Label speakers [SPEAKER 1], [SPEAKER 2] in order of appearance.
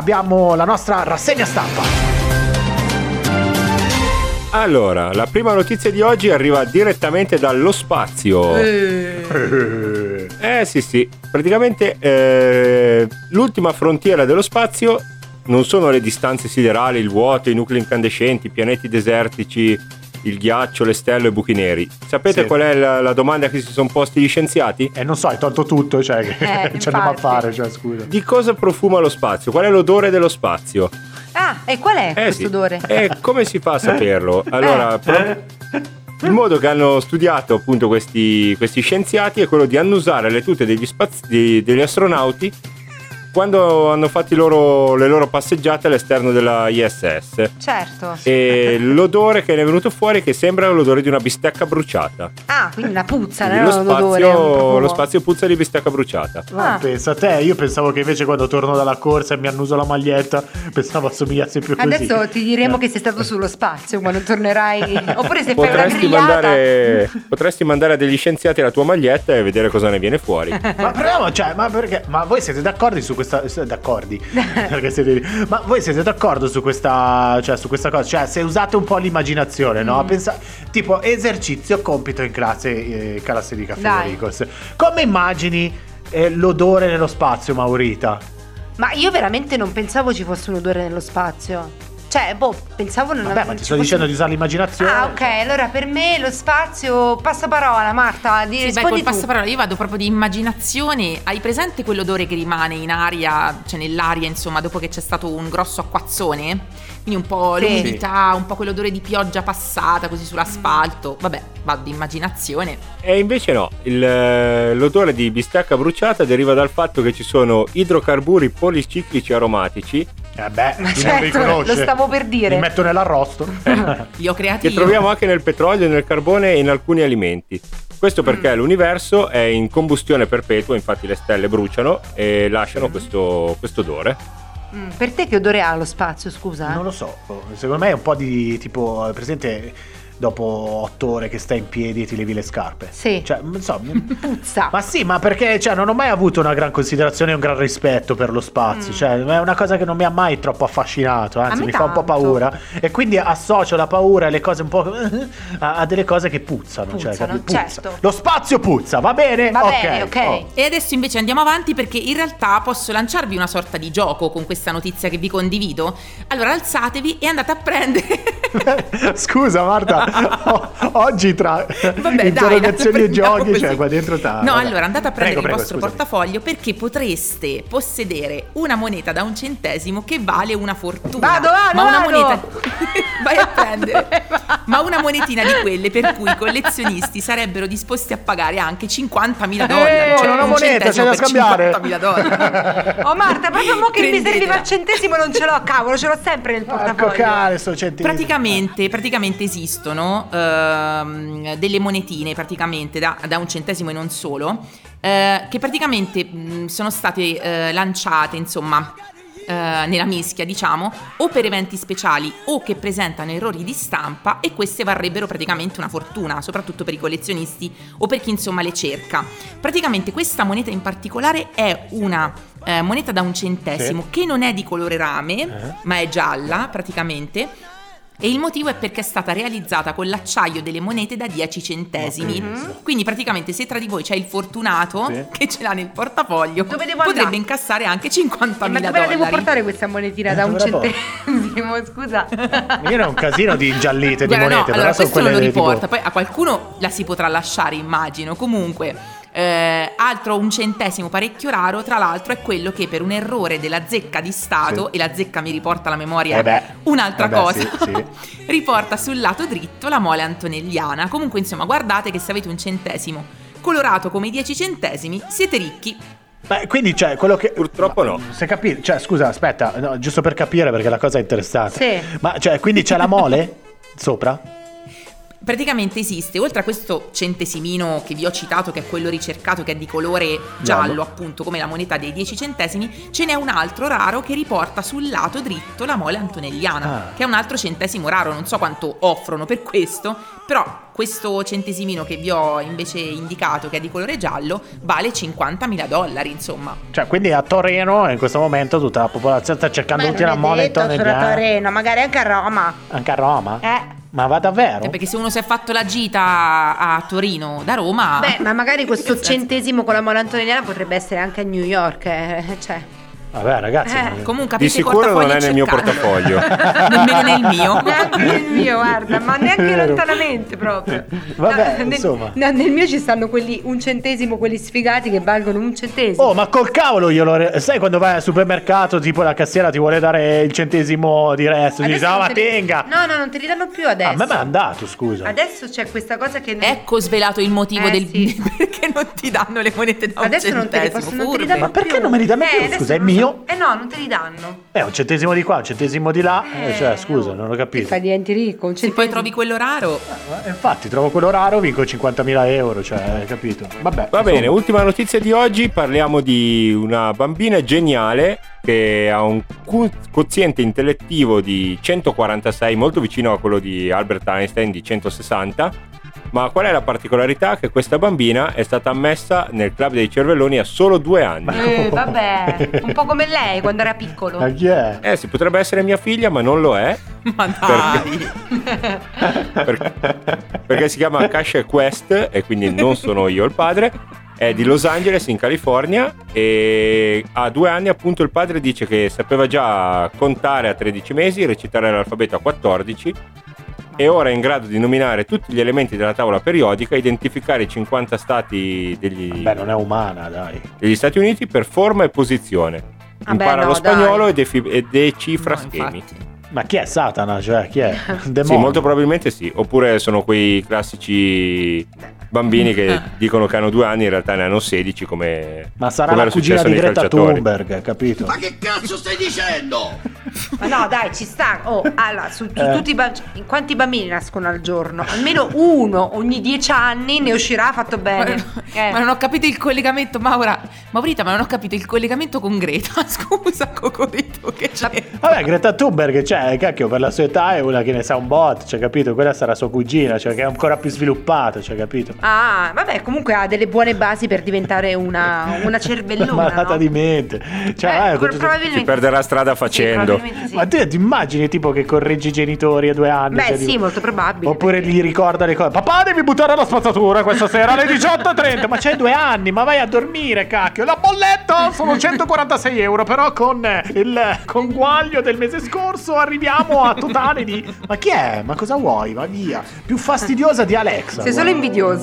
[SPEAKER 1] abbiamo la nostra rassegna stampa.
[SPEAKER 2] Allora, la prima notizia di oggi arriva direttamente dallo spazio. Eh sì sì, praticamente eh, l'ultima frontiera dello spazio non sono le distanze siderali, il vuoto, i nuclei incandescenti, i pianeti desertici, il ghiaccio, le stelle e i buchi neri. Sapete
[SPEAKER 1] Sì.
[SPEAKER 2] qual è la, la domanda che si sono posti gli scienziati?
[SPEAKER 1] E non so, hai tolto tutto, cioè, che
[SPEAKER 3] Eh,
[SPEAKER 1] c'è andiamo a
[SPEAKER 3] infatti.
[SPEAKER 1] fare, cioè, scusa.
[SPEAKER 2] Di cosa profuma lo spazio? Qual è l'odore dello spazio?
[SPEAKER 3] Ah, e qual è questo
[SPEAKER 2] sì.
[SPEAKER 3] odore?
[SPEAKER 2] Eh, come si fa a saperlo? Allora, pro- il modo che hanno studiato appunto questi, questi scienziati è quello di annusare le tute degli, spaz- di- degli astronauti quando hanno fatto i loro- le loro passeggiate all'esterno della ISS.
[SPEAKER 3] Certo.
[SPEAKER 2] E l'odore che ne è venuto fuori è che sembra l'odore di una bistecca bruciata.
[SPEAKER 3] Ah, quindi una puzza,
[SPEAKER 2] Quindi
[SPEAKER 3] non
[SPEAKER 2] lo,
[SPEAKER 3] era
[SPEAKER 2] spazio,
[SPEAKER 3] un odore. un profumo.
[SPEAKER 2] lo spazio puzza di bistecca bruciata.
[SPEAKER 1] Ma
[SPEAKER 3] Ah.
[SPEAKER 1] pensa a te, io pensavo che invece quando torno dalla corsa e mi annuso la maglietta, pensavo assomigliasse più a così. Eh.
[SPEAKER 3] Adesso ti diremo che sei stato sullo spazio quando tornerai. Oppure se fai una
[SPEAKER 2] Potresti
[SPEAKER 3] grigliata.
[SPEAKER 2] mandare, potresti mandare a degli scienziati la tua maglietta e vedere cosa ne viene fuori.
[SPEAKER 1] Ma proviamo, cioè, ma perché? Ma voi siete d'accordi su questa. siete d'accordi? Perché siete- ma voi siete d'accordo su questa. Cioè, su questa cosa? Cioè, se usate un po' l'immaginazione,
[SPEAKER 3] Mm.
[SPEAKER 1] no? Pensa, tipo esercizio compito in classe eh, classifica
[SPEAKER 3] Dai.
[SPEAKER 1] Federicos. Come immagini eh, l'odore nello spazio, Maurita?
[SPEAKER 3] Ma io veramente non pensavo ci fosse un odore nello spazio. Cioè, boh, pensavo non
[SPEAKER 1] Vabbè, ma ti sto dicendo di eh. usare l'immaginazione.
[SPEAKER 3] Ah, ok, allora per me lo spazio passaparola, Marta, di
[SPEAKER 4] Sì, beh,
[SPEAKER 3] rispondi
[SPEAKER 4] col
[SPEAKER 3] tu.
[SPEAKER 4] passaparola io vado proprio di immaginazione. Hai presente quell'odore che rimane in aria, cioè nell'aria, insomma, dopo che c'è stato un grosso acquazzone? Quindi un po'
[SPEAKER 3] Sì.
[SPEAKER 4] l'umidità, un po' quell'odore di pioggia passata così sull'asfalto.
[SPEAKER 3] Mm.
[SPEAKER 4] Vabbè, vado di immaginazione.
[SPEAKER 2] E invece no, il, eh, l'odore di bistecca bruciata deriva dal fatto che ci sono idrocarburi policiclici aromatici
[SPEAKER 1] Eh beh,
[SPEAKER 3] Ma
[SPEAKER 1] chi non
[SPEAKER 3] certo,
[SPEAKER 1] riconosce.
[SPEAKER 3] lo stavo per dire.
[SPEAKER 1] Mi metto nell'arrosto. Eh.
[SPEAKER 4] Li ho creati
[SPEAKER 2] che
[SPEAKER 4] io.
[SPEAKER 2] troviamo anche nel petrolio, nel carbone e in alcuni alimenti. Questo perché l'universo è in combustione perpetua, infatti le stelle bruciano e lasciano questo, questo odore.
[SPEAKER 3] Mm, Per te che odore ha lo spazio, scusa?
[SPEAKER 1] Non lo so, boh, secondo me è un po' di tipo, eh, presente dopo otto ore che stai in piedi e ti levi le scarpe.
[SPEAKER 3] Sì.
[SPEAKER 1] Cioè, non so. mi-
[SPEAKER 3] Puzza.
[SPEAKER 1] ma sì, ma perché cioè, non ho mai avuto una gran considerazione e un gran rispetto per lo spazio. Cioè, è una cosa che non mi ha mai troppo affascinato, anzi,
[SPEAKER 3] Mm. me
[SPEAKER 1] mi fa un po'
[SPEAKER 3] tanto.
[SPEAKER 1] paura. E quindi associo la paura e le cose un po'. a, a delle cose che puzzano. cioè,
[SPEAKER 3] Puzzano,
[SPEAKER 1] capi- puzza.
[SPEAKER 3] certo.
[SPEAKER 1] Lo spazio puzza, va bene?
[SPEAKER 3] Va bene, ok.
[SPEAKER 1] oh.
[SPEAKER 4] E adesso invece andiamo avanti perché in realtà posso lanciarvi una sorta di gioco con questa notizia che vi condivido. Allora alzatevi e andate a prendere.
[SPEAKER 1] Scusa Marta, o- oggi tra
[SPEAKER 4] Vabbè,
[SPEAKER 1] interrogazioni
[SPEAKER 4] dai,
[SPEAKER 1] e giochi,
[SPEAKER 4] cioè
[SPEAKER 1] cioè qua dentro ta-
[SPEAKER 4] No,
[SPEAKER 1] vabbè.
[SPEAKER 4] allora andate a
[SPEAKER 1] Prego,
[SPEAKER 4] prendere
[SPEAKER 1] prego,
[SPEAKER 4] il vostro
[SPEAKER 1] scusami.
[SPEAKER 4] portafoglio perché potreste possedere una moneta da un centesimo che vale una fortuna.
[SPEAKER 3] Vado, vado,
[SPEAKER 4] ma una
[SPEAKER 3] vado!
[SPEAKER 4] moneta vai a prendere. ma una monetina di quelle per cui i collezionisti sarebbero disposti a pagare anche 50.000 dollari.
[SPEAKER 1] Eh,
[SPEAKER 4] cioè
[SPEAKER 1] non ho
[SPEAKER 4] un
[SPEAKER 1] moneta, c'è
[SPEAKER 4] centesimo
[SPEAKER 1] da scambiare.
[SPEAKER 4] per 50.000 dollari.
[SPEAKER 3] Oh Marta, proprio mo che mi
[SPEAKER 4] Prendetela.
[SPEAKER 3] serviva il centesimo non ce l'ho, cavolo, ce l'ho sempre nel
[SPEAKER 1] Porco
[SPEAKER 3] portafoglio.
[SPEAKER 1] cane, sto centesimo.
[SPEAKER 4] Praticamente, praticamente esistono ehm, delle monetine, praticamente da, da un centesimo e non solo, eh, che praticamente mh, sono state eh, lanciate, insomma, eh, nella mischia, diciamo, o per eventi speciali o che presentano errori di stampa e queste varrebbero praticamente una fortuna, soprattutto per i collezionisti o per chi insomma le cerca. Praticamente questa moneta in particolare è una eh, moneta da un centesimo che non è di colore rame, ma è gialla praticamente. E il motivo è perché è stata realizzata con l'acciaio delle monete da 10 centesimi. Quindi praticamente se tra di voi c'è il fortunato
[SPEAKER 1] Sì.
[SPEAKER 4] che ce l'ha nel portafoglio,
[SPEAKER 3] Dove devo
[SPEAKER 4] potrebbe
[SPEAKER 3] andare?
[SPEAKER 4] incassare anche 50.000
[SPEAKER 3] Eh, Ma
[SPEAKER 4] dollari.
[SPEAKER 3] dove la devo portare questa monetina da un
[SPEAKER 1] Dove la porto?
[SPEAKER 3] centesimo? Scusa.
[SPEAKER 1] Io è un casino di ingiallite di
[SPEAKER 4] Guarda,
[SPEAKER 1] monete,
[SPEAKER 4] no,
[SPEAKER 1] però
[SPEAKER 4] allora,
[SPEAKER 1] sono
[SPEAKER 4] questo non
[SPEAKER 1] quelle
[SPEAKER 4] lo
[SPEAKER 1] tipo-
[SPEAKER 4] riporta, poi a qualcuno la si potrà lasciare, immagino. Comunque, eh, altro un centesimo parecchio raro, tra l'altro, è quello che per un errore della zecca di Stato,
[SPEAKER 1] Sì.
[SPEAKER 4] e la zecca mi riporta alla memoria
[SPEAKER 1] Eh beh.
[SPEAKER 4] un'altra
[SPEAKER 1] Eh beh,
[SPEAKER 4] cosa,
[SPEAKER 1] sì, sì.
[SPEAKER 4] riporta sul lato dritto la mole antonelliana. Comunque, insomma, guardate che se avete un centesimo colorato come i 10 centesimi, siete ricchi.
[SPEAKER 1] Beh, quindi cioè quello che
[SPEAKER 2] Purtroppo no.
[SPEAKER 1] Se capi- cioè scusa, aspetta, no, giusto per capire perché la cosa è interessante.
[SPEAKER 3] Sì.
[SPEAKER 1] Ma cioè, quindi c'è la mole sopra?
[SPEAKER 4] praticamente esiste, oltre a questo centesimino che vi ho citato, che è quello ricercato, che è di colore giallo,
[SPEAKER 1] Giallo.
[SPEAKER 4] appunto, come la moneta dei 10 centesimi, ce n'è un altro raro che riporta sul lato dritto la mole antonelliana,
[SPEAKER 1] Ah.
[SPEAKER 4] che è un altro centesimo raro, non so quanto offrono per questo, però questo centesimino che vi ho invece indicato, che è di colore giallo, vale 50.000 dollari, insomma.
[SPEAKER 2] Oh.
[SPEAKER 1] Cioè, quindi a Torino in questo momento tutta la popolazione sta cercando tutti una mole in Torino.
[SPEAKER 3] Torino, magari anche a Roma.
[SPEAKER 1] Anche a Roma?
[SPEAKER 3] Eh.
[SPEAKER 1] Ma va davvero?
[SPEAKER 4] Eh, perché se uno si è fatto la gita a Torino da Roma...
[SPEAKER 3] Beh, Ah. ma magari questo
[SPEAKER 4] Nel senso-
[SPEAKER 3] centesimo con la mole antonelliana potrebbe essere anche a New York, eh, cioè.
[SPEAKER 1] Vabbè, ragazzi.
[SPEAKER 3] Eh,
[SPEAKER 1] non-
[SPEAKER 4] Comunque
[SPEAKER 2] Di
[SPEAKER 4] aprite i
[SPEAKER 2] sicuro non è
[SPEAKER 4] portafogli
[SPEAKER 2] nel mio
[SPEAKER 4] cercando.
[SPEAKER 2] portafoglio.
[SPEAKER 4] Nemmeno nel mio.
[SPEAKER 3] Neanche il mio, guarda, ma neanche
[SPEAKER 1] Vero.
[SPEAKER 3] lontanamente proprio.
[SPEAKER 1] Vabbè,
[SPEAKER 3] No, nel-
[SPEAKER 1] insomma.
[SPEAKER 3] no, nel mio ci stanno quelli un centesimo, quelli sfigati che valgono un centesimo.
[SPEAKER 1] Oh, ma col cavolo glielo. re- Sai quando vai al supermercato, tipo la cassiera ti vuole dare il centesimo di resto? Ti
[SPEAKER 3] Adesso
[SPEAKER 1] dice,
[SPEAKER 3] non
[SPEAKER 1] "Ah, ma
[SPEAKER 3] te li-
[SPEAKER 1] tenga!
[SPEAKER 3] No, no, non te li danno più adesso.
[SPEAKER 1] Ah, ma è andato, scusa.
[SPEAKER 3] Adesso c'è questa cosa che non-
[SPEAKER 4] Ecco svelato il motivo
[SPEAKER 3] Eh,
[SPEAKER 4] del
[SPEAKER 3] sì.
[SPEAKER 4] perché non ti danno le monete da
[SPEAKER 3] Adesso
[SPEAKER 4] un
[SPEAKER 3] non te li
[SPEAKER 4] centesimo.
[SPEAKER 3] possono non te li
[SPEAKER 4] furbe.
[SPEAKER 3] danno
[SPEAKER 1] Ma perché
[SPEAKER 3] più.
[SPEAKER 1] non me li danno
[SPEAKER 3] Eh,
[SPEAKER 1] più?
[SPEAKER 3] adesso
[SPEAKER 1] Scusa, è
[SPEAKER 3] non so-
[SPEAKER 1] mio?
[SPEAKER 3] Eh no, non te li danno.
[SPEAKER 1] Eh, un centesimo di qua, un centesimo di là. eh, cioè,
[SPEAKER 3] Eh,
[SPEAKER 1] scusa,
[SPEAKER 3] no.
[SPEAKER 1] non ho
[SPEAKER 3] Ti
[SPEAKER 1] capito.
[SPEAKER 3] fai diventi ricco, certo. un
[SPEAKER 4] Se poi
[SPEAKER 3] centesimo.
[SPEAKER 4] trovi quello raro,
[SPEAKER 1] Eh, Infatti, trovo quello raro, vinco 50.000 euro, cioè, hai capito? Vabbè.
[SPEAKER 2] Va bene,
[SPEAKER 1] insomma.
[SPEAKER 2] ultima notizia di oggi, parliamo di una bambina geniale che ha un cu- quoziente intellettivo di 146, molto vicino a quello di Albert Einstein di 160, ma qual è la particolarità? Che questa bambina è stata ammessa nel club dei cervelloni a solo due anni.
[SPEAKER 3] Eh, vabbè, un po' come lei quando era piccolo.
[SPEAKER 1] Ma chi è?
[SPEAKER 2] Eh sì, potrebbe essere mia figlia, ma non lo è,
[SPEAKER 4] ma dai.
[SPEAKER 2] per- perché si
[SPEAKER 1] Eh.
[SPEAKER 2] chiama Cash Quest e quindi non sono io il padre. È di Los Angeles in California e a due anni appunto il padre dice che sapeva già contare a 13 mesi, recitare l'alfabeto a 14 e ora è in grado di nominare tutti gli elementi della tavola periodica, identificare i 50 stati degli,
[SPEAKER 1] Ah, Beh, non è umana, dai.
[SPEAKER 2] degli Stati Uniti per forma e posizione.
[SPEAKER 3] Vabbè,
[SPEAKER 2] Impara
[SPEAKER 3] no,
[SPEAKER 2] lo spagnolo
[SPEAKER 3] dai.
[SPEAKER 2] e, defi- e decifra
[SPEAKER 4] No,
[SPEAKER 2] schemi.
[SPEAKER 4] infatti.
[SPEAKER 1] Ma chi è Satana? Cioè, chi è? Un
[SPEAKER 2] Sì,
[SPEAKER 1] Demonio.
[SPEAKER 2] molto probabilmente sì. Oppure sono quei classici bambini che dicono che hanno due anni, in realtà ne hanno 16, come,
[SPEAKER 1] Ah. Ma sarà
[SPEAKER 2] come
[SPEAKER 1] la
[SPEAKER 2] era
[SPEAKER 1] cugina
[SPEAKER 2] successo
[SPEAKER 1] di
[SPEAKER 2] nei
[SPEAKER 1] Greta
[SPEAKER 2] calciatori.
[SPEAKER 1] Thunberg, capito?
[SPEAKER 5] Ma che cazzo stai dicendo?
[SPEAKER 3] Ma no, dai, ci sta. Oh, allora, su, su
[SPEAKER 1] Eh.
[SPEAKER 3] tutti i ba- cioè, quanti bambini nascono al giorno? Almeno uno ogni dieci anni ne uscirà fatto bene.
[SPEAKER 4] Ma
[SPEAKER 3] Eh.
[SPEAKER 4] non ho capito il collegamento, Maura. Maurita, ma non ho capito il collegamento con Greta. Scusa, Cocorito che c'è.
[SPEAKER 1] Vabbè, Greta Thunberg, cioè, cacchio, per la sua età è una che ne sa un bot, cioè, capito? Quella sarà sua cugina, cioè, che è ancora più sviluppata, cioè, capito?
[SPEAKER 3] Ah, vabbè, comunque ha delle buone basi per diventare una, una cervellona.
[SPEAKER 1] Malata
[SPEAKER 3] no?
[SPEAKER 1] di mente. Cioè,
[SPEAKER 3] Eh,
[SPEAKER 1] vai,
[SPEAKER 3] quel-
[SPEAKER 1] con tutto-
[SPEAKER 3] probabilmente
[SPEAKER 2] Si perderà strada
[SPEAKER 3] Sì,
[SPEAKER 2] facendo.
[SPEAKER 3] probabilmente sì.
[SPEAKER 1] Ma te ti immagini tipo che correggi i genitori a due anni?
[SPEAKER 3] Beh,
[SPEAKER 1] cioè,
[SPEAKER 3] sì,
[SPEAKER 1] tipo-
[SPEAKER 3] molto probabile.
[SPEAKER 1] Oppure
[SPEAKER 3] perché-
[SPEAKER 1] gli ricorda le cose. Papà, devi buttare la spazzatura questa sera alle 18.30. Ma c'hai due anni, ma vai a dormire, cacchio. La bolletta sono 146 euro. Però con eh, il conguaglio del mese scorso arriviamo a totale di. Ma chi è? Ma cosa vuoi? Va via. Più fastidiosa di Alexa.
[SPEAKER 3] Sei
[SPEAKER 1] guarda.
[SPEAKER 3] solo invidioso.